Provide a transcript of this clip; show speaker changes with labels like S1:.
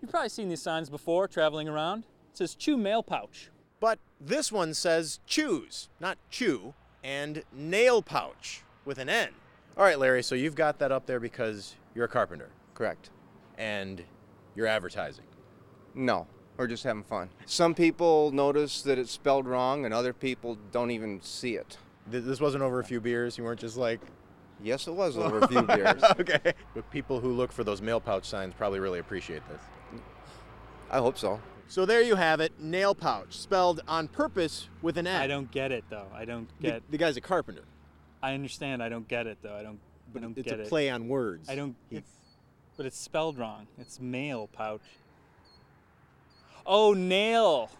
S1: You've probably seen these signs before traveling around. It says chew mail pouch.
S2: But this one says choose, not chew, and nail pouch with an N. All right, Larry, so you've got that up there because you're a carpenter
S3: Correct.
S2: and you're advertising.
S3: No, we're just having fun. Some people notice that it's spelled wrong, and other people don't even see it.
S2: Th- This wasn't over a few beers. You weren't just like,
S3: Yes, it was over a few beers.
S2: okay. But people who look for those mail pouch signs probably really appreciate this.
S3: I hope so.
S2: So there you have it, nail pouch, spelled on purpose with an N.
S1: I don't get it though. I don't
S2: The-
S1: get.
S2: The, guy's a carpenter.
S1: I understand. I don't get it though. I don't. I don't
S2: It's
S1: get
S2: a
S1: it.
S2: play on words.
S1: I don't. It's, but it's spelled wrong. It's mail pouch. Oh, nail.